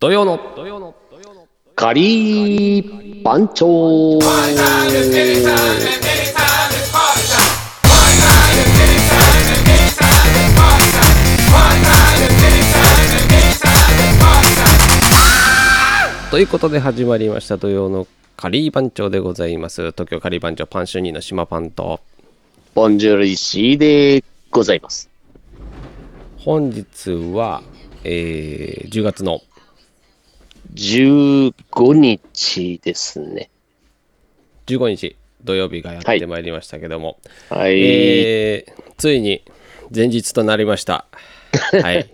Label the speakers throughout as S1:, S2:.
S1: 土曜の
S2: カリー番長
S1: ということで始まりました土曜のカリー番長でございます東京カリー番長パン主任の島パンと
S2: ボンジュール石井でございます。
S1: 本日は、えー10月の
S2: 15日ですね。
S1: 15日土曜日がやってまいりましたけども、
S2: はい。
S1: えーついに前日となりました。 はい、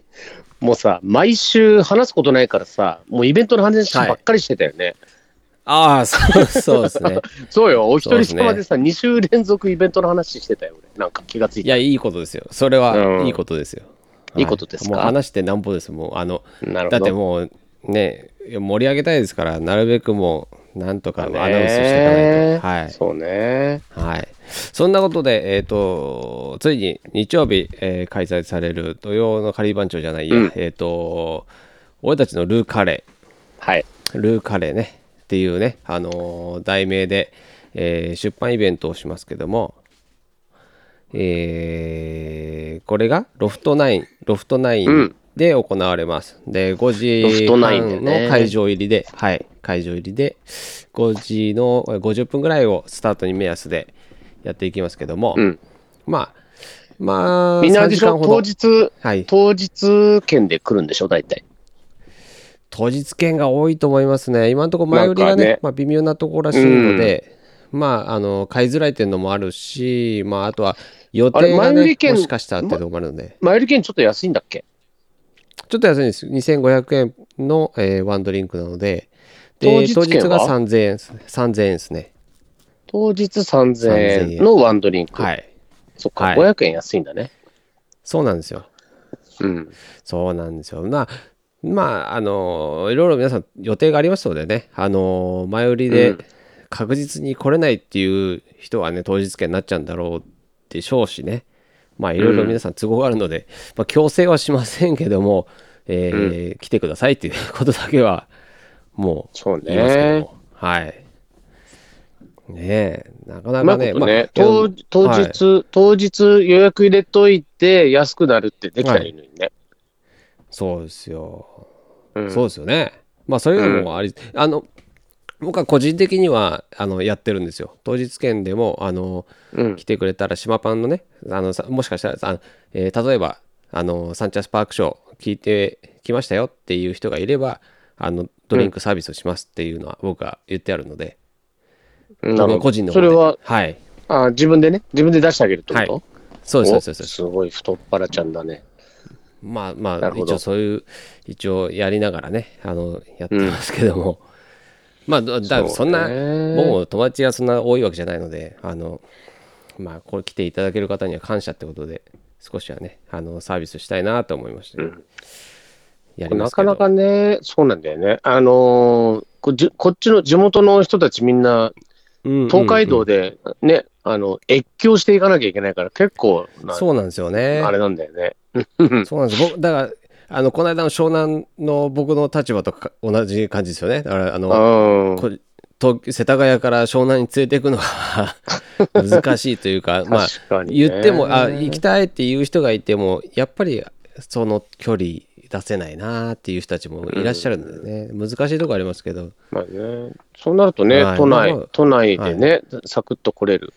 S2: もうさ、毎週話すことないからさ、もうイベントの話ばっかりしてたよね。
S1: ああそうそうですね。
S2: そうよ、お一
S1: そう
S2: 人
S1: ですね
S2: 様でさ、2週連続イベントの話してたよ、俺。なんか気がつい
S1: い
S2: た。
S1: やいいことですよ。それ
S2: う
S1: は
S2: ん
S1: いいことですよ。
S2: いいことですか
S1: はいもう話してなんぼですもうあの
S2: なるほど
S1: だってもうね盛り上げたいですからなるべくもうなんとかアナウンスしていかない
S2: ね
S1: と。はい。
S2: そうね。
S1: はい、そんなことで、えっとついに日曜日、えー開催される土曜のカリー番長じゃないや、えっと俺たちのルーカレ
S2: はい。
S1: ールーカレーねっていうね、あのー題名で、えー出版イベントをしますけども、えーこれがロフトナインロフトナインで行われます、で5時
S2: ロフトナインでね
S1: 半の会場入りで、はい、会場入りで5時のえー50分ぐらいをスタートに目安でやっていきますけども、
S2: うん
S1: まあまあ
S2: みんなあ
S1: 3
S2: れで
S1: 時
S2: し
S1: 間
S2: ょ
S1: ほ
S2: 当
S1: ど
S2: 日、
S1: はい
S2: 当日券で来るんでしょ大体。
S1: 当日券が多いと思いますね今のところ前売りがね
S2: なんかね
S1: まあ、微妙なところらしいので、まああの買いづらいっていうのもあるし、まあ、あとは予定
S2: あ
S1: が、
S2: れ前売
S1: ね
S2: り、券
S1: もしかしたらっていうところもあるので
S2: 前売り券ちょっと安いんだっけ
S1: ちょっと安いんです2500円の、えーワンドリンクなのでで当
S2: 当日
S1: 日
S2: 券は
S1: が3000円です3000円ですね
S2: 当日3000
S1: 3000
S2: 円のワンドリンク。
S1: はい
S2: そっか、
S1: はい
S2: 500円安いんだね。
S1: そうなんですよ
S2: うん。
S1: そうなんですよ。まあ、まあ、あの、いろいろ皆さん予定がありますのでね、あの、前売り
S2: う
S1: で
S2: ん
S1: 確実に来れないっていう人はね、当日券になっちゃうんだろうでしょうしね。まあ、いろいろ皆さん都合があるので、まあ、強制はしませんけども、えー来てくださいっていうことだけは、もう、
S2: そう
S1: 言いますけど
S2: ね。
S1: も。はい。ねえ、なかな
S2: うま
S1: か
S2: い
S1: ね、
S2: ことね、
S1: まあ
S2: 当
S1: うん
S2: 当
S1: はい
S2: 日、当日予約入れといて安くなるってできたらいいのにね。
S1: そうですよ。
S2: ん
S1: そうですよね。まあそういうのもあり、あの僕は個人的にはあのやってるんですよ。当日券でもあの、
S2: うん
S1: 来てくれたら島パンのねあのさもしかしたらあの、えー例えばあのサンチャスパークショー聞いてきましたよっていう人がいればあのドリンクサービスをしますっていうのは僕は言ってあるので、
S2: うん
S1: 僕
S2: なる
S1: の
S2: ほ
S1: 個
S2: ど。
S1: 人の方
S2: そ
S1: で
S2: れは
S1: はい
S2: あ自分でね、自分で出してあげるってこ
S1: はい
S2: と、
S1: そうですそうですそうで
S2: お
S1: す
S2: すごい太っ腹ちゃんだね。
S1: まあま
S2: な
S1: あ
S2: るほ
S1: 一
S2: ど
S1: 応そういう一応やりながらねあのやってますけども、まあだだ
S2: そ
S1: そ
S2: うんね
S1: な僕も友達がそんな多いわけじゃないのであのまあこれ来ていただける方には感謝ってことで少しはねあのサービスしたいなと思いました、やりま
S2: な
S1: すけ
S2: か
S1: ど
S2: なかね、そうなんだよね。あのーこじこっちの地元の人たちみんな、東海道
S1: で、
S2: でね、あの、越境していかなきゃいけないから、結構な、
S1: そうなんですよね
S2: あれなんだよね。
S1: そうなんです僕だからあのこの間の湘南の僕の立場とか同じ感じですよねだからあの
S2: うん。
S1: こ東世田谷から湘南に連れていくのは 難しいという かまあ
S2: 確かにね
S1: 言ってもあ行きたいっていう人がいてもやっぱりその距離出せないなっていう人たちもいらっしゃるんでね、難しいとこありますけど
S2: まあね、そうなるとね、
S1: はい
S2: 都内、
S1: まあ
S2: 都内でね、サクッと来れる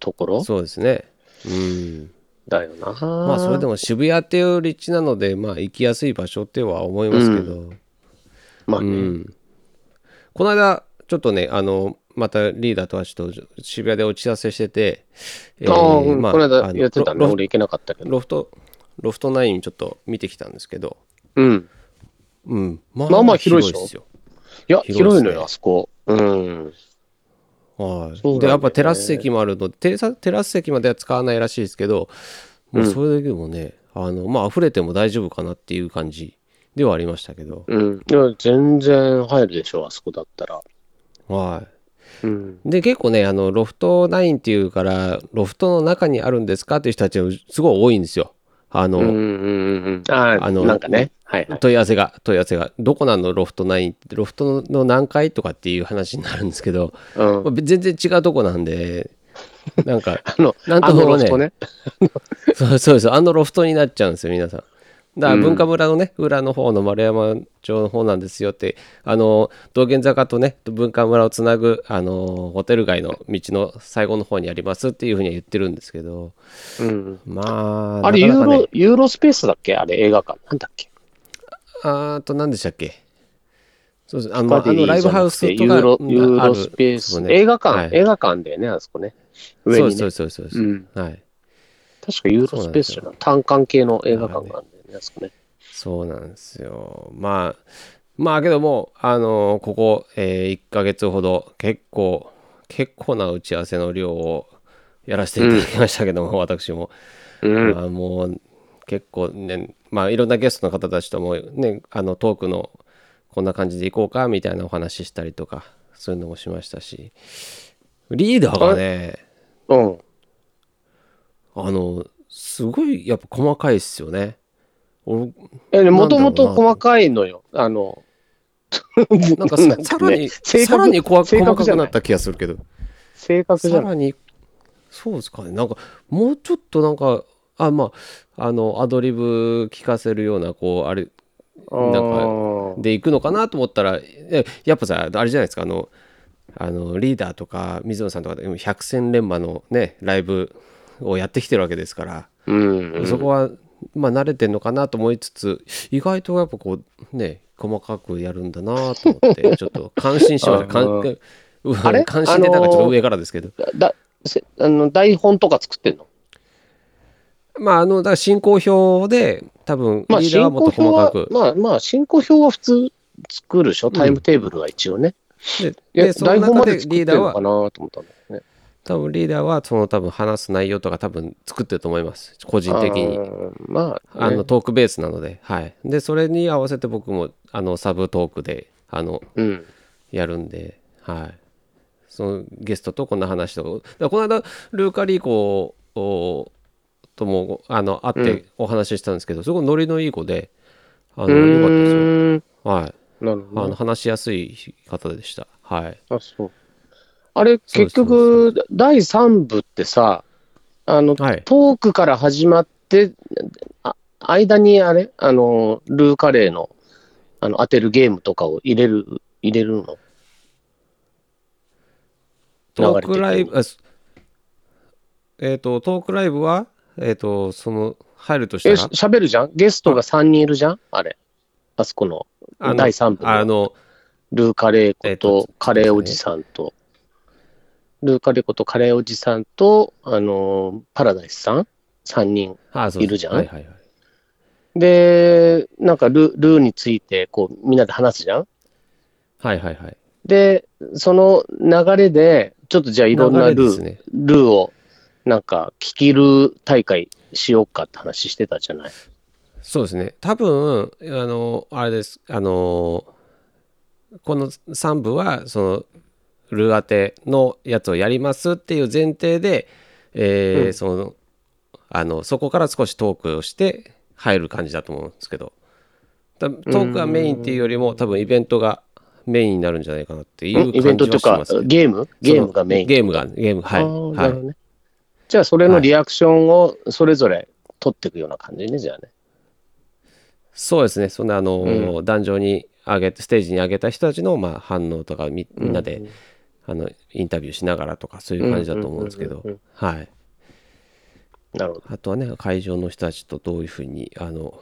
S2: ところ
S1: そうですねうん
S2: だよな。
S1: まあそれでも渋谷っていう立地なのでまあ行きやすい場所っては思いますけど、
S2: まあね、
S1: うんこの間ちょっとねあのまたリーダーとはちょっと渋谷で打ち合わせしてて、え
S2: ああ、うん
S1: ま
S2: この
S1: あ
S2: 間
S1: の
S2: やってたね、
S1: ロロ
S2: 俺行けなかったけど。
S1: ロフトロフトナインちょっと見てきたんですけど、
S2: うん。
S1: うん、ま
S2: まあまあ広いでしょ
S1: ですよ
S2: いや、
S1: 広いで
S2: 広
S1: すね
S2: いのよ、あそこ。うん。
S1: はい、
S2: そうなんだ
S1: で
S2: よね
S1: やっぱテラス席もあるのでテレサテラス席までは使わないらしいですけどもうそれだけでもね、あのまあ溢れても大丈夫かなっていう感じではありましたけど、
S2: うん。いや、全然入るでしょ、あそこだったら。
S1: は
S2: うん。
S1: い、で結構ねあのロフト9っていうからロフトの中にあるんですかっていう人たちがすごい多いんですよ。あの、
S2: うんうんうん。ああ、
S1: あの
S2: なんかね。はいはい。
S1: 問い合わせが、問い合わせが、どこなのロフト9って、ロフトの何階とかっていう話になるんですけど、
S2: うん
S1: まあ全然違うとこなん で、なんか、
S2: あの、
S1: なんと
S2: あの
S1: も
S2: ロ
S1: ね
S2: フトね。
S1: そうそうです。あのロフトになっちゃうんですよ、皆さん。だから文化村のね、裏の方の丸山町の方なんですよって、あの、道玄坂とね、文化村をつなぐ、あの、ホテル街の道の最後の方にありますっていうふうには言ってるんですけど、
S2: うん。
S1: まあ、
S2: あれ、ユ
S1: なか
S2: ー
S1: なかね
S2: ロ、ユーロスペースだっけあれ、映画館。なんだっけ
S1: あーと、何でしたっけそうです。あの、
S2: バ
S1: あ
S2: ディ
S1: のライブ
S2: じゃなくて
S1: ハウスとか
S2: ユーロ、
S1: うん
S2: ユー
S1: ある
S2: ロスペース。
S1: そうね
S2: 映
S1: は
S2: 画館
S1: い、
S2: 映画館だよね、あそこね。上
S1: そう
S2: に
S1: です、そ
S2: ね
S1: う。です、そうです。
S2: うん。
S1: はい。
S2: 確かユーロスペースじゃない。単館系の映画館があるんだよね、あそこね。
S1: そうなんですよ。まあ、まあけども、あのここ、え1ヶ月ほど、結構、結構な打ち合わせの量をやらせていただきましたけども、私も。
S2: うん。
S1: まあ、もう、結構ね、まあ、いろんなゲストの方たちとも、ね、あの、トークの、こんな感じでいこうか、みたいなお話ししたりとか、そういうのもしましたし、リーダーがね、
S2: うん。
S1: あの、すごい、やっぱ細かいっすよね。俺
S2: え、
S1: な
S2: も
S1: んだ
S2: と
S1: ろうな
S2: もと細かいのよ。あの、
S1: なん か
S2: な
S1: さ
S2: んかね
S1: さらに、
S2: 性
S1: さ
S2: 格
S1: らにこわ
S2: 性
S1: 細
S2: 格
S1: か
S2: じゃ
S1: く
S2: ない
S1: なった気がするけど、
S2: 性格じ
S1: さ
S2: ゃない。
S1: らに、そうですかね、なんかもうちょっとなんか、あ、まあ、あの、アドリブ聞かせるような、こう、あれ、なんか
S2: か、
S1: で行くのかなと思ったら、えやっぱさ、あれじゃないですか、あの、あのリーダーとか水野さんとかでうん百戦錬磨のねライブをやってきてるわけですから、
S2: うんうん。
S1: そこはまあ慣れてんのかなと思いつつ意外とやっぱこうね細かくやるんだなと思って ちょっと感心しました
S2: あ
S1: 感
S2: の
S1: う
S2: あれ
S1: 感心でなんかちょっと上からですけど、
S2: だせあの台本とか作ってんの
S1: まああのだから進行表で多分リ
S2: まあ、
S1: ーダーは
S2: 進
S1: もっ
S2: 行
S1: と
S2: 表
S1: 細か
S2: は
S1: く、、
S2: まあまあ、進行表は普通作るでしょ、タイムテーブルは一応ね。
S1: で
S2: いや、
S1: でその
S2: 台本ま
S1: 中で
S2: で作っ
S1: リ
S2: て
S1: ーダ
S2: る
S1: ー
S2: のか
S1: は
S2: なと思ったんだよね。
S1: 多分リーダーはその多分話す内容とか多分作ってると思います個人的に。
S2: あーまあ、
S1: あ
S2: ね
S1: のトークベースなので、はい。で、それに合わせて僕もあのサブトークであの
S2: うん。
S1: やるんで、はい。そのゲストとこんな話とか、だからこの間、ルーカ・リーコをともあの会ってお話ししたんですけど、すごいノリのいい子で、あの
S2: う
S1: 良かったですよ。
S2: ーん
S1: はい。
S2: なる
S1: あ
S2: ほ
S1: の
S2: ど。
S1: 話しやすい方でした。はい。
S2: あ、そう。あれ、
S1: そうです
S2: 結局、第3部ってさ、あの、
S1: はい。
S2: トークから始まって、あ間にあれあの、ルーカレーの、あの、当てるゲームとかを入れる、入れるの
S1: トークライ
S2: 流れて
S1: ブ、あすえっ、と、トークライブは、えっ、と、その、入るとした
S2: え、
S1: ら、
S2: し喋るじゃんゲストが3人いるじゃんあれ。あそこの、
S1: あの
S2: 第3部
S1: あ
S2: の、
S1: の、
S2: ルーカレー
S1: えっと
S2: 子とカレーおじさんと、ルーカレー子とカレーおじさんと、あのー、パラダイスさん ?3 人。
S1: あそうそう
S2: いるじゃん
S1: はいはいはい。
S2: で、なんかル、ルーについて、こう、みんなで話すじゃん
S1: はいはいはい。
S2: で、その流れで、ちょっとじゃあいろんな
S1: 流れ
S2: ル
S1: で
S2: ー、
S1: すね。
S2: ルーを、なんか、聞きルー大会しようかって話してたじゃない。
S1: そうですね。多分、あの、あれです。あの、この3部は、その、ルー当てのやつをやりますっていう前提で、えー
S2: うん
S1: その、あの、そこから少しトークをして入る感じだと思うんですけど、たトークがメインっていうよりも、多分イベントがメインになるんじゃないかなっていう感
S2: イ
S1: じはします、ね。
S2: ベントというか、ゲームゲームがメイン。
S1: ゲームが、ゲーム、はい。
S2: あー
S1: は
S2: ないるほどね。じゃあ、それのリアクションをそれぞれ取っていくような感じね、じゃあね。
S1: そうですね、そんなあの、壇上に上げて、ステージに上げた人たちの、まあ、反応とかみみんなで、あのインタビューしながらとか、そういう感じだと思うんですけ
S2: うん
S1: ど
S2: うんうん、
S1: はい、
S2: なるほど。
S1: あとはね、会場の人たちとどういうふうにあの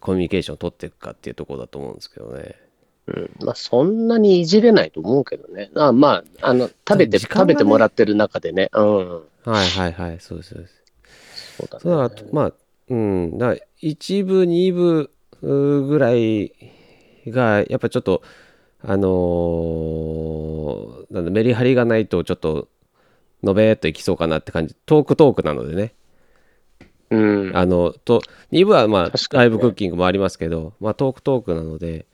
S1: コミュニケーションを取っていくかっていうところだと思うんですけどね。
S2: うん、まあ、そんなにいじれないと思うけどね。あまあ、あの、食べて、
S1: 時間が
S2: 食
S1: ね
S2: べてもらってる中でね。うん。
S1: はいはいはい、そうです。そうです
S2: そうだね。
S1: そうだからまあうんだから1部2部うーぐらいがやっぱちょっとあのーなんだメリハリがないとちょっとのべーっといきそうかなって感じトークトークなのでね
S2: うん。
S1: あのと2部はまあ
S2: 確かにね
S1: ライブクッキングもありますけど、まあ、トークトークなので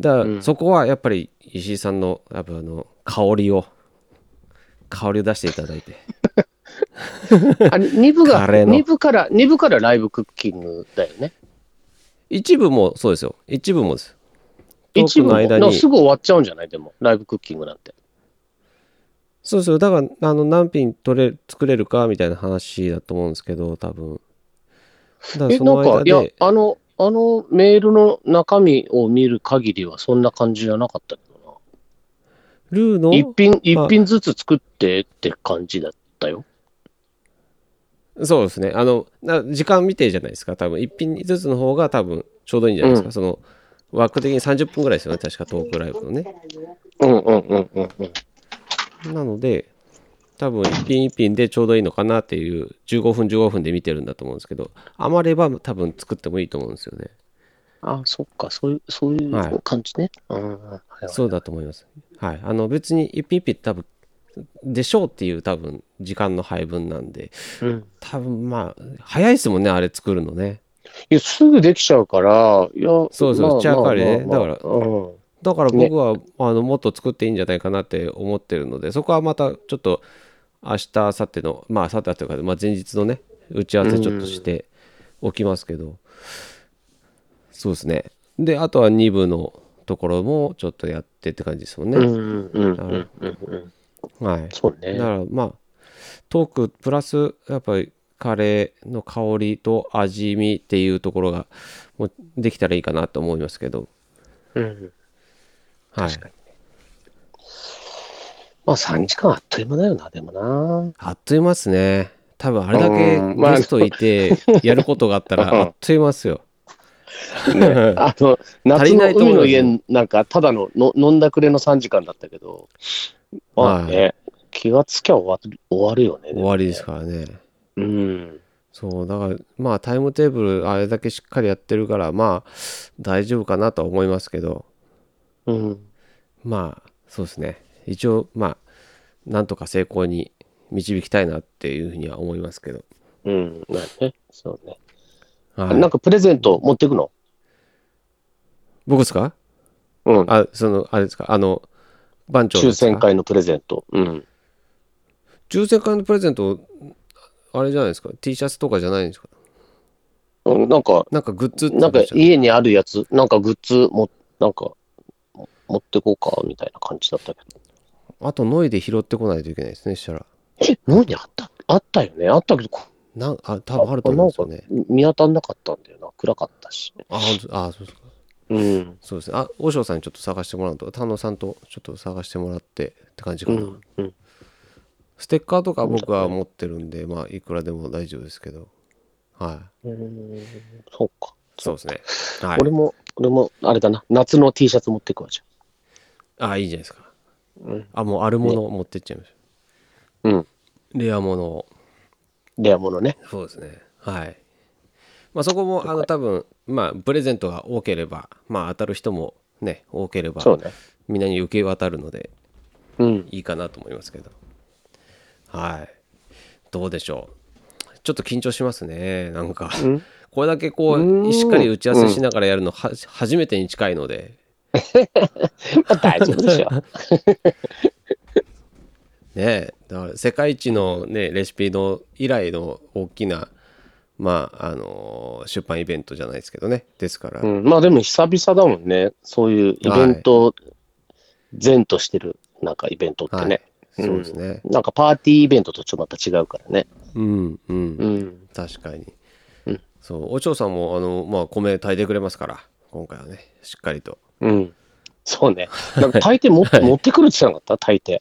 S1: だからそこはやっぱり石井さんのやっぱあの香りを香りを出していただいて
S2: あれ、2部が、
S1: カレーの
S2: 2部から、二部からライブクッキングだよね。
S1: 一部もそうですよ。一部もです。トー
S2: 一
S1: ク
S2: 部
S1: の
S2: も、
S1: 間
S2: だから
S1: に。
S2: すぐ終わっちゃうんじゃないでも、ライブクッキングなんて。
S1: そうそう。だから、あの、何品取れ、作れるかみたいな話だと思うんですけど、多分。だから
S2: え、
S1: そ
S2: な
S1: の
S2: んか
S1: 間、
S2: いや
S1: で、、
S2: あの、あのメールの中身を見る限りは、そんな感じじゃなかったけどな。
S1: ルーの、
S2: 一品、一品ずつ作ってって感じだったよ。
S1: そうですね。あの、な時間見てじゃないですか。多分、一品ずつの方が多分、ちょうどいいんじゃないですか。
S2: う
S1: その、枠的に30分ぐらいですよね。確かトークライブのね。
S2: うんうんうんうんうん。
S1: なので、多分、一品一品でちょうどいいのかなっていう、15分15分で見てるんだと思うんですけど、余れば多分作ってもいいと思うんですよね。
S2: あ、そっか、そういう、そうい
S1: はいう
S2: 感じね。うんはいはい
S1: そうだと思います。はい。あの、別に一品一品多分、でしょうっていう多分、時間の配分なんで、
S2: うん
S1: 多分まあ、早いですもんね、あれ作るのね。
S2: いや、すぐできちゃうから、いや、
S1: そうそう
S2: まあ
S1: ちゃかりね
S2: まあまあ
S1: だから
S2: うん。
S1: だから僕は、あのもっと作っていいんじゃないかなって思ってるのでそこはまたちょっと明日明後日のまあ明後日というか、まあ、前日のね打ち合わせちょっとしておきますけど、そうですねであとは2部のところもちょっとやってって感じですもんね、
S2: うんうんうんうんうん。
S1: はい
S2: そう
S1: だ
S2: ね。
S1: からまあトークプラスやっぱりカレーの香りと味見っていうところがもうできたらいいかなと思いますけど、
S2: うん。
S1: はい、
S2: まあ、3時間あっという間だよな、でもな。
S1: あっという間ですね。多分あれだ
S2: うん
S1: け
S2: まあ
S1: ゲストいてやることがあったら
S2: うん
S1: あっと いう間ですよ。
S2: あ
S1: 足
S2: の、夏
S1: りな
S2: の
S1: いと思
S2: 海
S1: います
S2: の家なんか、ただのの飲んだくれの3時間だったけど、まあ
S1: は
S2: ね、気がつきゃ終わる終わるよね。
S1: 終わりですからね。
S2: うん。
S1: そう、だからまあタイムテーブルあれだけしっかりやってるからまあ大丈夫かなとは思いますけど、
S2: うん。
S1: まあそうですね。一応まあなんとか成功に導きたいなっていうふうには思いますけど。
S2: うん。まあね、そうね。
S1: はい
S2: なんかプレゼント持ってくの
S1: 僕ですか
S2: うん。
S1: あ、その、あれですかあの、番長で
S2: 抽
S1: すか
S2: 選会のプレゼント。うん。
S1: 抽選会のプレゼント、あれじゃないですか ?T シャツとかじゃないんですか
S2: うんなんか、
S1: なんかグッズって
S2: なんか
S1: ことじゃない
S2: 家にあるやつ、なんかグッズも、なんか、持ってこうか、みたいな感じだったけど。
S1: あと、ノイで拾ってこないといけないですね、したら。
S2: え、何あったあったよねあったけど、こ
S1: なんあ、多分あると思うんですよね。
S2: なんか見当たんなかったんだよな。暗かったし。
S1: あ、ほんとあ、そうですか。
S2: うん。
S1: そうですね。あ、和尚さんにちょっと探してもらうと、丹野さんとちょっと探してもらってって感じか
S2: う
S1: な。
S2: ん。うん。
S1: ステッカーとか僕は持ってるんで、まあ、いくらでも大丈夫ですけど。はい。
S2: うんそうか。
S1: そうですね。はい。
S2: 俺も、俺も、あれだな。夏の T シャツ持ってくわ、じ
S1: あ、いいじゃないですか。
S2: ゃん。うん。
S1: あ、もうあるもの持ってっちゃいまし
S2: うん。
S1: た。レアものを。
S2: レアものね。
S1: そうですね。はい。まあ、そこも、あの、多分、まあ、プレゼントが多ければ、まあ、当たる人もね、多ければ、
S2: そうね。
S1: みんなに受け渡るので
S2: うん。
S1: いいかなと思いますけどはいどうでしょうちょっと緊張しますねなんか、
S2: ん
S1: これだけこ
S2: う
S1: うんしっかり打ち合わせしながらやるのは、初めてに近いので
S2: まあ大丈夫で しょ。
S1: ねえだから世界一のねレシピの以来の大きなまああの出版イベントじゃないですけどねですから、
S2: うん、まあでも久々だもんね、そういうイベント、前としてるなんかイベントってね、
S1: はい、そうですね
S2: なんかパーティーイベントとちょっとまた違うからね。
S1: うんうん
S2: うん、
S1: 確かに、
S2: うん
S1: そうお嬢さんもあのまあ米炊いてくれますから今回はねしっかりと
S2: うん、そうね。なんか大 抵も、持ってくるって言ってなかった、大抵。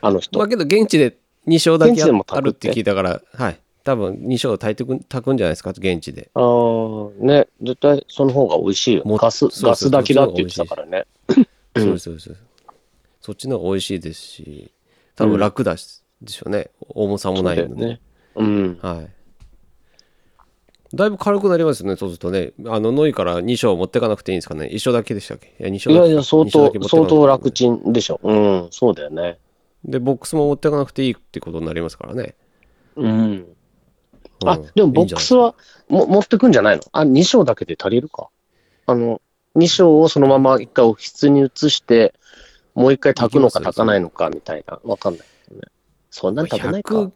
S2: あの人。
S1: まあけど現地で2升だ
S2: 現
S1: け
S2: 地でも炊く
S1: あるって
S2: って
S1: 聞いたからはい多分2升炊いてくん炊くんじゃないですか現地で
S2: ああ、ね、絶対その方が美味しいよ
S1: も。
S2: ガス、
S1: そうそう
S2: ガス炊きだって言ってたからね。
S1: そうですそうですそうですそっちの方が美味しいですし多分楽だし、でしょうね重さもない
S2: だよ
S1: ので、
S2: ね。うん。
S1: はいだいぶ軽くなりますよねそうするとねあのノイから2升持ってかなくていいんですかね1升だけでしたっけいや2
S2: い
S1: 升だ
S2: や
S1: け
S2: いや、相
S1: 二升だけ
S2: 当、
S1: 持ってかな
S2: 相
S1: くていい
S2: 当楽ちんでしょ。うん、そうだよね。
S1: でボックスも持ってかなくていいってことになりますからね、
S2: うん。
S1: うん
S2: あ、でも
S1: いい
S2: ボ
S1: んじ
S2: ッ
S1: ゃない
S2: クスはも持ってくんじゃないのあ、2章だけで足りるかあの、2章をそのまま一回オフィスに移して、もう一回炊くのか
S1: いきます
S2: 炊かないのかみたいな、わかんない。そんなん食べないか
S1: 100。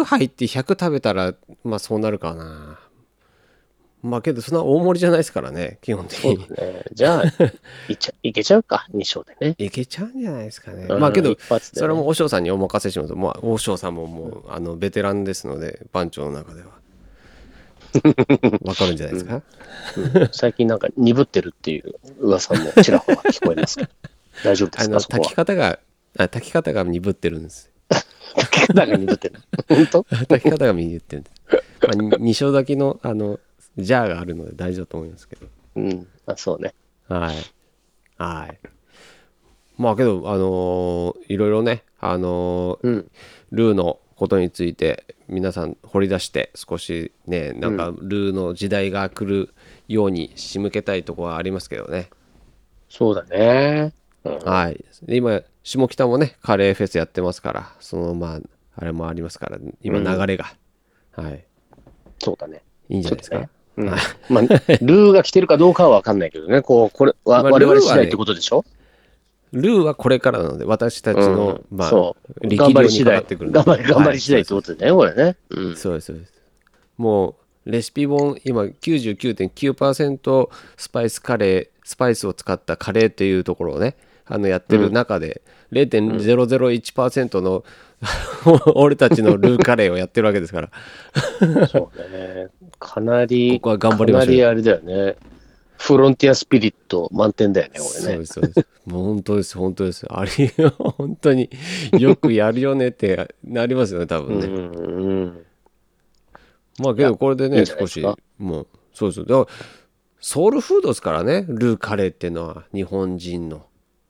S1: 100入って100食べたらまあそうなるかなまあけどそんな大盛りじゃないですからね基本的
S2: そう
S1: に
S2: ですね。じゃあ、いっちゃいけちゃうか、2章でね。
S1: いけちゃうんじゃないですかねまあけ
S2: うん
S1: ど
S2: 一発でね
S1: それも和尚さんにお任せしますまあ和尚さんももうあのベテランですので番長の中 ではわかるんじゃないですか
S2: 最近なんか鈍ってるっていう噂もちらほら聞こえま すけど、大丈夫で
S1: あ
S2: す
S1: の
S2: か、そこ
S1: 炊き
S2: は。
S1: 方があ炊き方が鈍ってるんです
S2: 炊き方が鈍ってる。本当
S1: 炊き方が右言ってるんです、まあ、に二升炊きのあのジャーがあるので大丈夫と思いますけど
S2: うん、あそうね。
S1: はいはいまあけどあのーいろいろねあのー
S2: うん、
S1: ルーのことについて皆さん掘り出して少しねなんかルーの時代が来るように仕向けたいとこはありますけどね、
S2: そうだね。うん、
S1: はいで今下北もねカレーフェスやってますからそのまああれもありますから今流れが、はい
S2: そうだね。
S1: いいんじゃないですか、
S2: うん、まあ、ルーが来てるかどうかは分かんないけどね、こう、これ、わ
S1: まあ
S2: 我々
S1: ルーは
S2: 次
S1: ね
S2: 第ってことでしょ、
S1: ルーはこれからなので私たちの、
S2: うん
S1: まあ
S2: そう。
S1: 力
S2: 頑張
S1: 量
S2: り
S1: に
S2: 次
S1: かか
S2: 第。
S1: ってくる
S2: 頑
S1: んで
S2: 張り、頑張
S1: は
S2: り
S1: い
S2: 次第ってことだね、これね。うん。
S1: そうですそうですもうレシピ本今99.9%スパイスカレースパイスを使ったカレーっていうところをねあのやってる中で、0.001%の、 俺たちのルーカレーをやってるわけですから
S2: そうだね。かなり、
S1: ここは頑張りましょう
S2: かなりあれだよね。フロンティアスピリット満点だよね、
S1: そう
S2: 俺ね
S1: で。すそうですもう本当です本当ですあれよ本当によくやるよねってなりますよね多分ね、
S2: うんうん。
S1: まあけどこれで
S2: いい
S1: ね
S2: んじゃな
S1: 少
S2: いです
S1: し
S2: か
S1: もうそうそうだからソウルフードですからねルーカレーっていうのは日本人の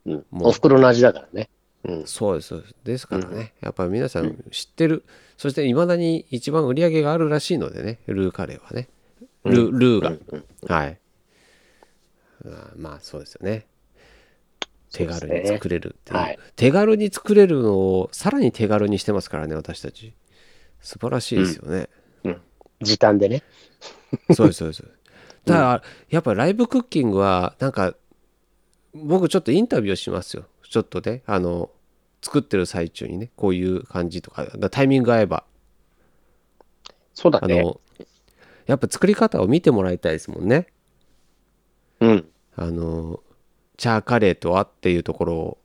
S2: うん、
S1: もう
S2: お袋の味だからね。うん。
S1: そうですそうですですからね、やっぱり皆さん知ってる、そしていまだに一番売り上げがあるらしいのでねルーカレーはねル,、ルーが、はいあまあそうですよね手軽に作れるっていう
S2: そうですねはい
S1: 手軽に作れるのをさらに手軽にしてますからね私たち素晴らしいですよね、
S2: うん。時短でね。
S1: そうです そうです。ただ、やっぱライブクッキングはなんか僕ちょっとインタビューしますよちょっとねあの作ってる最中にねこういう感じとかだからタイミング合えば
S2: そうだ
S1: あの、
S2: ね。
S1: やっぱ作り方を見てもらいたいですもんね
S2: うん。
S1: あのチャーカレーとはっていうところを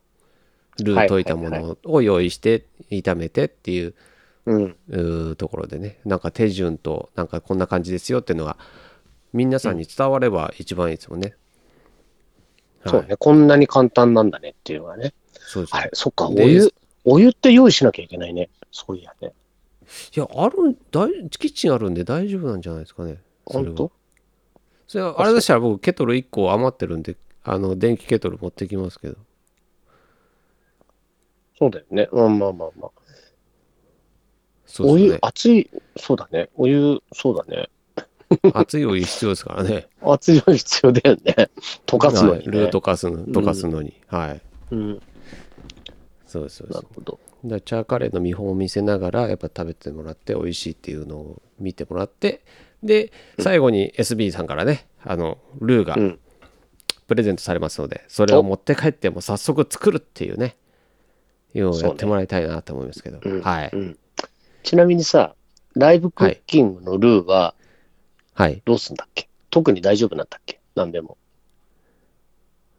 S1: ル
S2: は
S1: ー
S2: い
S1: 溶いたものを用意して炒めてっていう
S2: うん。
S1: うーところでねなんか手順となんかこんな感じですよっていうのが皆さんに伝われば一番いいですもんね、
S2: そうね、こんなに簡単なんだねっていうのはね。
S1: そうです
S2: あ
S1: ね
S2: れ、そっか、お
S1: で
S2: 湯、お湯って用意しなきゃいけないね。そういやね。
S1: いやある大キッチンあるんで大丈夫なんじゃないですかねそれは
S2: 本当
S1: それはあれでしたら僕ケトル1個余ってるんであの電気ケトル持ってきますけど
S2: そうだよね。まあまあまあまあ。
S1: そう
S2: お
S1: です
S2: 湯
S1: ね、
S2: 熱い、そうだね。お湯、そうだね。
S1: 熱いお湯必要ですからね
S2: 熱いの必要だよね。 溶かすの
S1: はい
S2: に、ね。
S1: ルー溶かすの溶かすのに、はい
S2: うん。
S1: そうですそうです
S2: なるほど。
S1: だからチャーカレーの見本を見せながらやっぱ食べてもらって美味しいっていうのを見てもらってで最後に SB さんからねあのルーが
S2: うん
S1: プレゼントされますので、それを持って帰ってもう早速作るっていうねようやってもらいたいなと思いますけど、
S2: うん
S1: はい、
S2: うん。ちなみにさ、ライブクッキングのルーは
S1: はい
S2: どうすんだっけ、特に大丈夫なんだっけ何でも。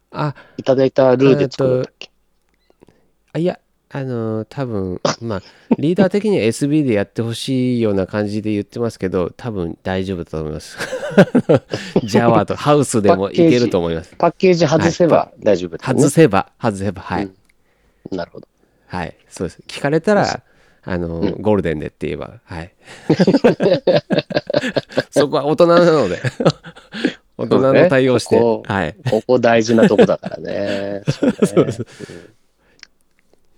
S1: あ
S2: いただいたルーで作るんだっけ、
S1: あいやあのー多分まあリーダー的には SB でやってほしいような感じで言ってますけど多分大丈夫だと思います ジャワーとハウスでもいけると思います
S2: パッケージ外せば大丈夫だよね、
S1: 外せば外せばはい、
S2: なるほど。
S1: はい、そうです。聞かれたら、あの、ゴールデンでって言えば、はい。 そこは大人なの で、大人の対応して、
S2: そうねここ
S1: はい。
S2: ここ大事なとこだか らね。そうね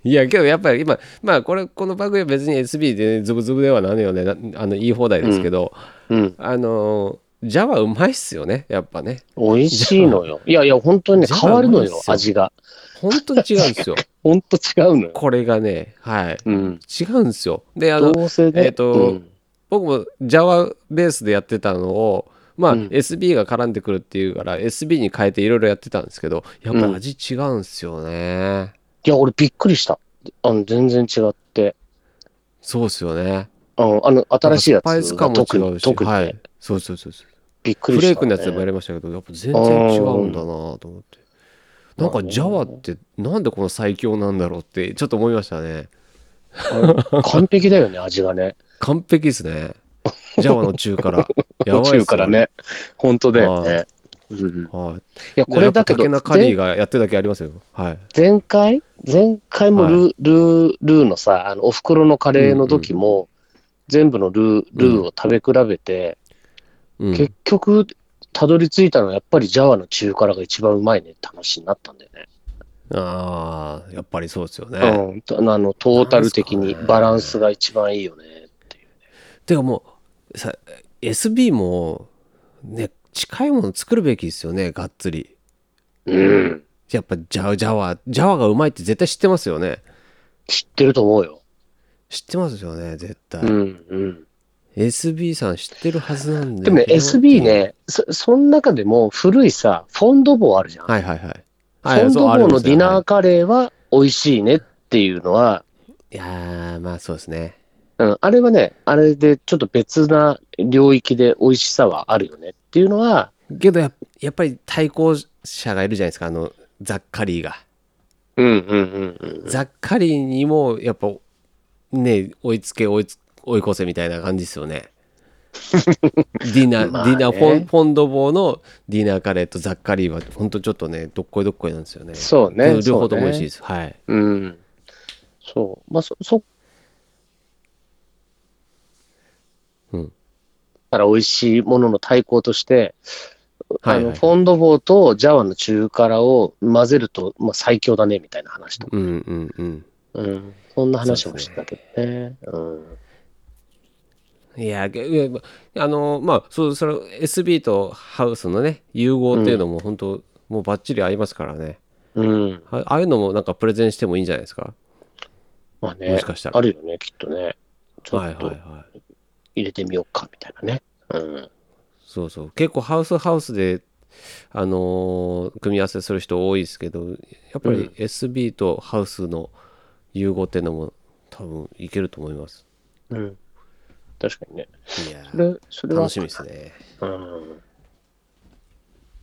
S1: いや、けどやっぱり今、まあ、これ、この番組は別に SB でズブズブではなのよね、なあの、言い放題ですけど、
S2: うん。
S1: あの、ジャワうまいっすよね、やっぱね。
S2: 美味しいのよ。いやいや、本当にね、
S1: じゃあ
S2: 変わるの
S1: うまい
S2: よ
S1: っ、すよ
S2: 味が。
S1: 本当に違うんですよ。
S2: 本当違うのよ。
S1: これがね、はい。
S2: うん。
S1: 違うんですよ。で、あの、
S2: どうせね。
S1: えーと
S2: うん
S1: 僕も Java ベースでやってたのをまあ、
S2: うん
S1: SB が絡んでくるっていうから SB に変えていろいろやってたんですけどやっぱ
S2: うん
S1: 味違うんすよね、
S2: いや、俺びっくりした。あの、全然違って。
S1: そうですよね。
S2: うん、あの、新しいやつ
S1: なんかスパイス
S2: が
S1: 感も
S2: 特
S1: 違う
S2: に、
S1: し。
S2: 特にね、
S1: はい。そうそうそうそう。
S2: びっくり
S1: フ
S2: した、
S1: レ
S2: ね。
S1: ークのやつでもやりましたけど、やっぱ全然違うんだなと思って。
S2: うん
S1: なんかジャワってなんでこの最強なんだろうってちょっと思いましたね。
S2: 完璧だよね、味がね。
S1: 完璧です ね。ジャワの中から。 やばいっ
S2: 途
S1: す よ
S2: 中から。ね。本当だよね。うん、い
S1: はい。
S2: や、これだけど
S1: やっ、ぱ竹中カリーがやってるだけありますよ。はい。
S2: 前前回前回もル,、ルー、ルーのさ、あの、お袋のカレーの時も、全部のルー、ルーを食べ比べて、
S1: うん、
S2: 結局、たどり着いたのはやっぱりジャワの中辛が一番うまいねって話になったんだよね。
S1: ああ、やっぱりそうですよね。
S2: うんと、あの、トータル的
S1: なん
S2: に
S1: すかね
S2: バランスが一番いいよねっていう。
S1: てかもうさ SB もね近いもの作るべきですよねがっつり
S2: うん。
S1: やっぱジャワジャワジャワがうまいって絶対知ってますよね
S2: 知ってると思うよ。
S1: 知ってますよね絶対、
S2: うんうん。
S1: SB さん知ってるはずなんで
S2: でもね、
S1: けど
S2: SB ね、そ、その中でも古いさ、フォンドボーあるじゃん。
S1: はいはいはい
S2: フォンドボーのディナー
S1: ー
S2: カレーは美味しいねっていうのは、
S1: いやーまあそうですね
S2: うん、あれはね、あれでちょっと別な領域で美味しさはあるよねっていうのは、
S1: けどややっぱり対抗者がいるじゃないですかあのザッカリーが、
S2: うんうんうんうん。
S1: ザッカリーにもやっぱね追いつけ追いつ追い越せみたいな感じですよ ねディナー、
S2: まあ
S1: デ
S2: ね
S1: ィナーフォンフォンドボーのディナーカレーとザッカリーはほんとちょっとねどっこいどっこいなんですよね
S2: そうね
S1: 両両方とも美味しいです、はい
S2: うん。そう。まあ、そ、そ、
S1: うん
S2: から美味しいものの対抗として、
S1: はい
S2: あ
S1: は
S2: の、
S1: い
S2: フォンドボーとジャワの中辛を混ぜると、まあ、最強だね、みたいな話とか。
S1: うんうんうん
S2: うん。そんな話もしてたけどね。うん。
S1: いやけいやまあのまあそうそれ SB とハウスのね融合っていうのも本当、もうバッチリ合いますからね
S2: うん。
S1: あああいうのもなんかプレゼンしてもいいんじゃないですか
S2: まあね。
S1: もしかしたら
S2: あるよね、きっとね。ちょ
S1: はい
S2: っ
S1: はい
S2: と
S1: はい
S2: 入れてみようか、みたいなね。うん。
S1: そうそう結構ハウスハウスで、あのー組み合わせする人多いですけどやっぱ
S2: う
S1: り
S2: ん
S1: SB とハウスの融合っていうのも多分いけると思います
S2: うん。確かにね。
S1: いやー
S2: それ、それは。
S1: 楽しみですね
S2: うん。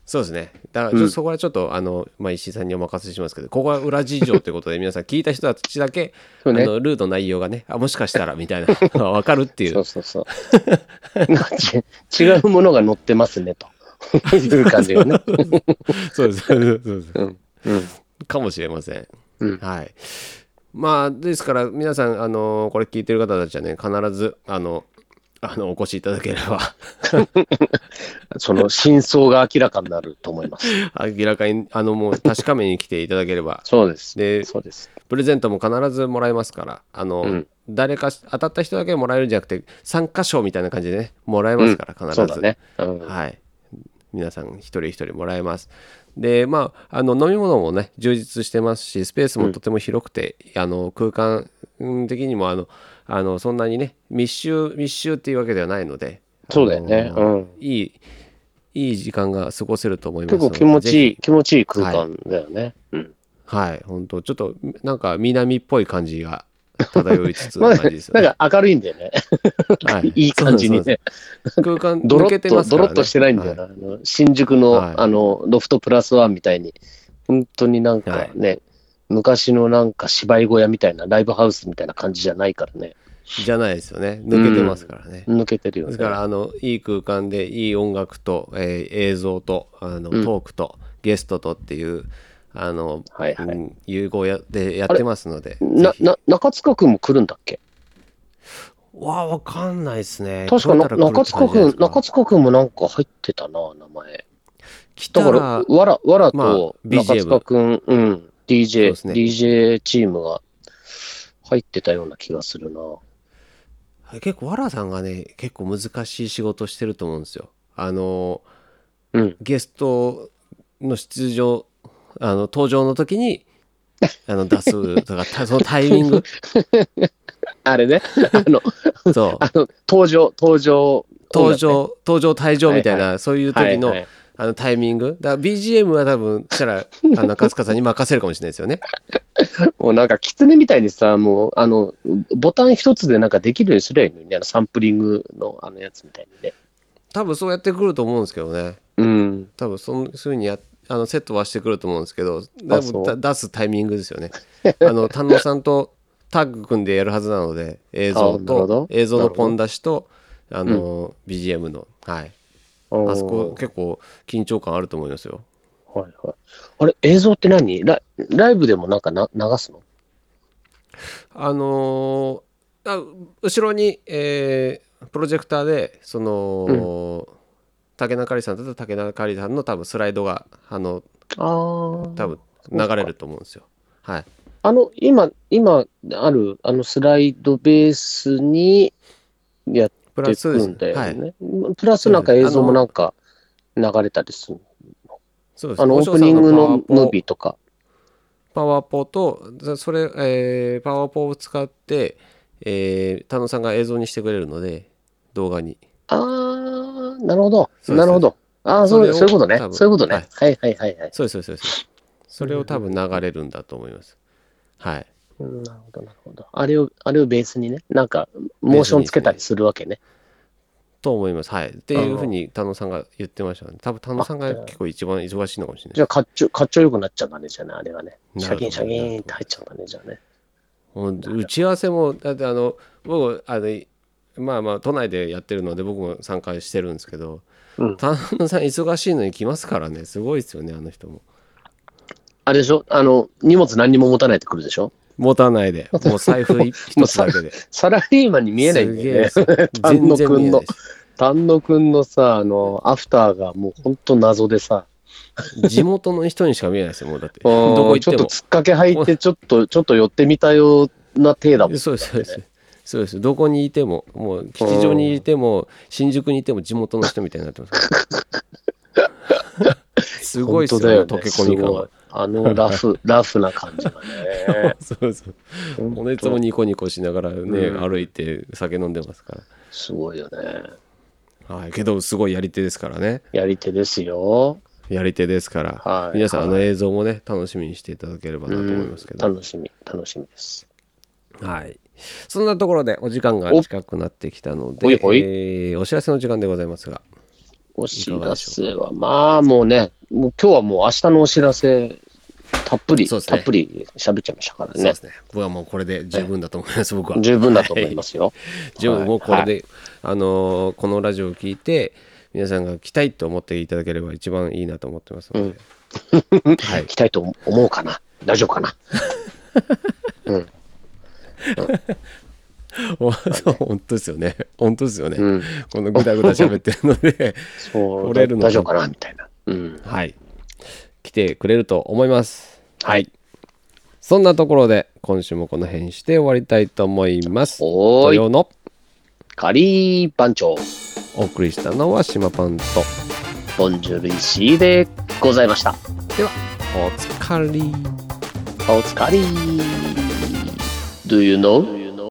S1: そうですねだからちょ、そこはちょっとあの、まあ、石井さんにお任せしますけどここは裏事情ということで皆さん聞いた人たちだけ、
S2: そうね
S1: あのルーの内容がねあもしかしたらみたいなのが分かるってい
S2: そううそうそう。なんかち違うものが乗ってますね、 という感じがね。
S1: そうですそうです
S2: うん。うん。
S1: かもしれません。
S2: うん
S1: はい。まあですから皆さんあのこれ聞いてる方たちはね必ずあのあのお越しいただければ
S2: その真相が明らかになると思います。
S1: 明らかにあのもう確かめに来ていただければ
S2: そうです。
S1: で
S2: そうです。
S1: プレゼントも必ずもらえますからあの、
S2: うん
S1: 誰か当たった人だけもらえるんじゃなくて参加賞みたいな感じでねもらえますから必ず、
S2: そうだね。うん。
S1: はい。皆さん一人一人もらえます。で、まあ、あの飲み物もね、充実してますし、スペースもとても広くて、あの空間うん的にもあの、あのそんなにね、密集、密集っていうわけではないので、
S2: そうだよね
S1: あの
S2: うん
S1: いい、いい時間が過ごせると思います
S2: 結
S1: ので。
S2: 構気持ちい
S1: ぜ
S2: い、気持ちいい空間だよね。うん。
S1: ひ。はい、本当ちょっと、なんか南っぽい感じが漂いつつ
S2: ま
S1: の
S2: あ、
S1: 感じですよ
S2: な
S1: ね。
S2: んか明るいんだよね。
S1: はい
S2: いい感じに
S1: そう
S2: ね。
S1: そうそう空間
S2: ドロ
S1: 抜
S2: ッ
S1: けて
S2: と、
S1: ます
S2: ド
S1: から、ね。
S2: ロッとしてないんだよな。あの新宿
S1: はい
S2: の、あの、ロフトプラスワンみたいに、本当になんかね、昔のなんか芝居小屋みたいな、ライブハウスみたいな感じじゃないからね。
S1: じゃないですよね。抜けてますからね。
S2: 抜けてるよ
S1: で
S2: ね
S1: す。からあのいい空間でいい音楽と、えー映像とあの
S2: うん
S1: トークと、ゲストとっていうあの、
S2: はいはい
S1: うん融合やでやってますので
S2: な
S1: ぜ、ひ
S2: な、中塚くんも来るんだっけ
S1: わあわかんないですね
S2: 確かな中塚くん、中
S1: 塚
S2: 塚くんもなんか入ってたな、名前。
S1: 来
S2: だ
S1: た
S2: から、
S1: ら
S2: わら、わら
S1: まあ
S2: と
S1: BGM
S2: 中塚くん、うん、
S1: そう
S2: DJ、
S1: ですね
S2: DJ チームが入ってたような気がするな。
S1: 結構わらさんがね結構難しい仕事してると思うんですよあの
S2: うん。
S1: ゲストの出場あの登場の時 にあの出すとかたそのタイミング
S2: あれね、 あの、
S1: そう
S2: あの、登場、登場、
S1: 登場登場退場みたいな、
S2: はい
S1: そういう
S2: 音楽ね、
S1: 時の、
S2: はいはい
S1: あのタイミングだから BGM は多分そしたらあの春日さんに任せるかもしれないですよね
S2: もうなんか、狐みたいにさ、もう、あの、ボタン一つでなんかできるようにすりゃいいのにね、あのサンプリングのあのやつみたいにね。
S1: 多分そうやってくると思うんですけどね
S2: うん。
S1: 多分そんそういうふうにやあのセットはしてくると思うんですけど多分
S2: そう
S1: だ出すタイミングですよねあの丹野さんとタッグ組んでやるはずなので映像
S2: あなるほ
S1: と
S2: ど
S1: 映像のポン出しとあの、BGM のはい
S2: あー
S1: あそこ結構緊張感あると思いますよ
S2: はいはい。あれ、映像って何ラライブでもなんかな流すの
S1: あのーあ後ろに、えープロジェクターでその、竹中里さんだったら竹中里さんの多分スライドがあの
S2: あ
S1: 多
S2: あ。
S1: 分流れると思うんですよ。はい、
S2: あの、今、今ある、あのスライドベースにやっ
S1: プ
S2: て
S1: ラス
S2: くんだ
S1: は
S2: よ
S1: い、
S2: ね。プラスなんか映像もなんか流れたりする。
S1: そうです
S2: あの、オ
S1: 大
S2: ー
S1: 塩
S2: プ
S1: さ
S2: ニ
S1: ん
S2: ング
S1: パワ
S2: のムービ
S1: ポ
S2: ーとか。
S1: パワーポとそそれ、えーパワーポを使って、えー、田野さんが映像にしてくれるので動画に
S2: ああ、なるほど。
S1: そうです
S2: なるほど。ああ、
S1: そ
S2: そう
S1: れを
S2: そういうことね
S1: 多。分
S2: そういうこと
S1: はい
S2: ね。はいはいはいはい。
S1: そうですそうですそうですそれを多分流れるんだと思います。はい、
S2: うんなるほど、なるほど。あれを、あれをベースにね、なんか、モーションつけたりするわけね。
S1: と思います。はい。っていうふうに田野さんが言ってましたね。多分田野さんが結構一番忙しいのかもしれ
S2: じ
S1: ない。
S2: ゃあ、かっちょ、かっちょよくなっちゃうんだね、じゃあね、あれはね。
S1: な
S2: シ
S1: るほ
S2: ャ
S1: ど
S2: キンシャキーンって入っちゃうんだね、じゃあね。
S1: もう打ち合わせも、だってあの、僕、あの、まあまあ、都内でやってるので僕も参加してるんですけど、
S2: うん
S1: 田野さん忙しいのに来ますからね、すごいですよね、あの人も。
S2: あれでしょあの、荷物何にも持たないってくるでしょ
S1: 持たない で、もう財布一
S2: もう
S1: 一つだけで。
S2: サラリーマンに見えないんだよね。
S1: すげえ
S2: 丹
S1: 全
S2: 野
S1: 然見
S2: く
S1: え
S2: ん
S1: ない
S2: の
S1: し、
S2: 丹野くんのさ、あの、アフターがもうほんと謎でさ、
S1: 地元の人にしか見えないですよ、もうだって。
S2: う
S1: ど
S2: ん
S1: こ行
S2: ち
S1: っ
S2: ょってと
S1: も。
S2: つっかけ 履いて、ちょっと、ちょっと寄ってみたような体だもん。
S1: そうですそうですそうですどこにいてももう吉祥にいても新宿にいても地元の人みたいになってます すごいっす
S2: 本
S1: よね
S2: 当だよね
S1: 溶け込み
S2: す
S1: 感
S2: ご
S1: が。
S2: いあのラフ、ラフな感じがね
S1: そうそうおねつもニコニコしながらね、
S2: う
S1: 歩いて酒飲んでますか
S2: すごいよね。
S1: らはいけどすごいやり手ですからね
S2: やり手ですよ。
S1: やり手ですから、
S2: はい
S1: 皆さんあの
S2: は
S1: 映像もね楽しみにしていただければなと思いますけど、
S2: 楽しみ、楽しみです。
S1: はい。そんなところでお時間が
S2: お
S1: 近くなってきたので
S2: ほいほい
S1: えーお知らせの時間でございますが
S2: お知らせは、まあもうね、もう今日はもう明日のお知らせ、たっぷり、
S1: そうですね
S2: たっぷり喋っちゃいましたから
S1: そう
S2: ね
S1: で。すね。僕はもうこれで十分だと思います、僕は。
S2: 十分だと思いますよ。
S1: 十分、
S2: はい
S1: もうこれで、あのーこのラジオを聞いて、皆さんが来たいと思っていただければ一番いいなと思ってますので、
S2: はい、行きたいと思うかな。大丈夫かな。
S1: おそう 本当ですよね。本当ですよね。
S2: うん
S1: このぐだぐだ喋ってるの で、
S2: そう
S1: 折れるのか
S2: 大丈夫かなみたいな。うん。
S1: はい。来てくれると思います。
S2: はい。
S1: そんなところで、今週もこの辺して終わりたいと思います。
S2: おーい
S1: 土曜の
S2: 仮番長、
S1: お送りしたのは島パンと。
S2: ボンジュール石井でございました。
S1: では、お疲れ。
S2: お疲れ。Do you know?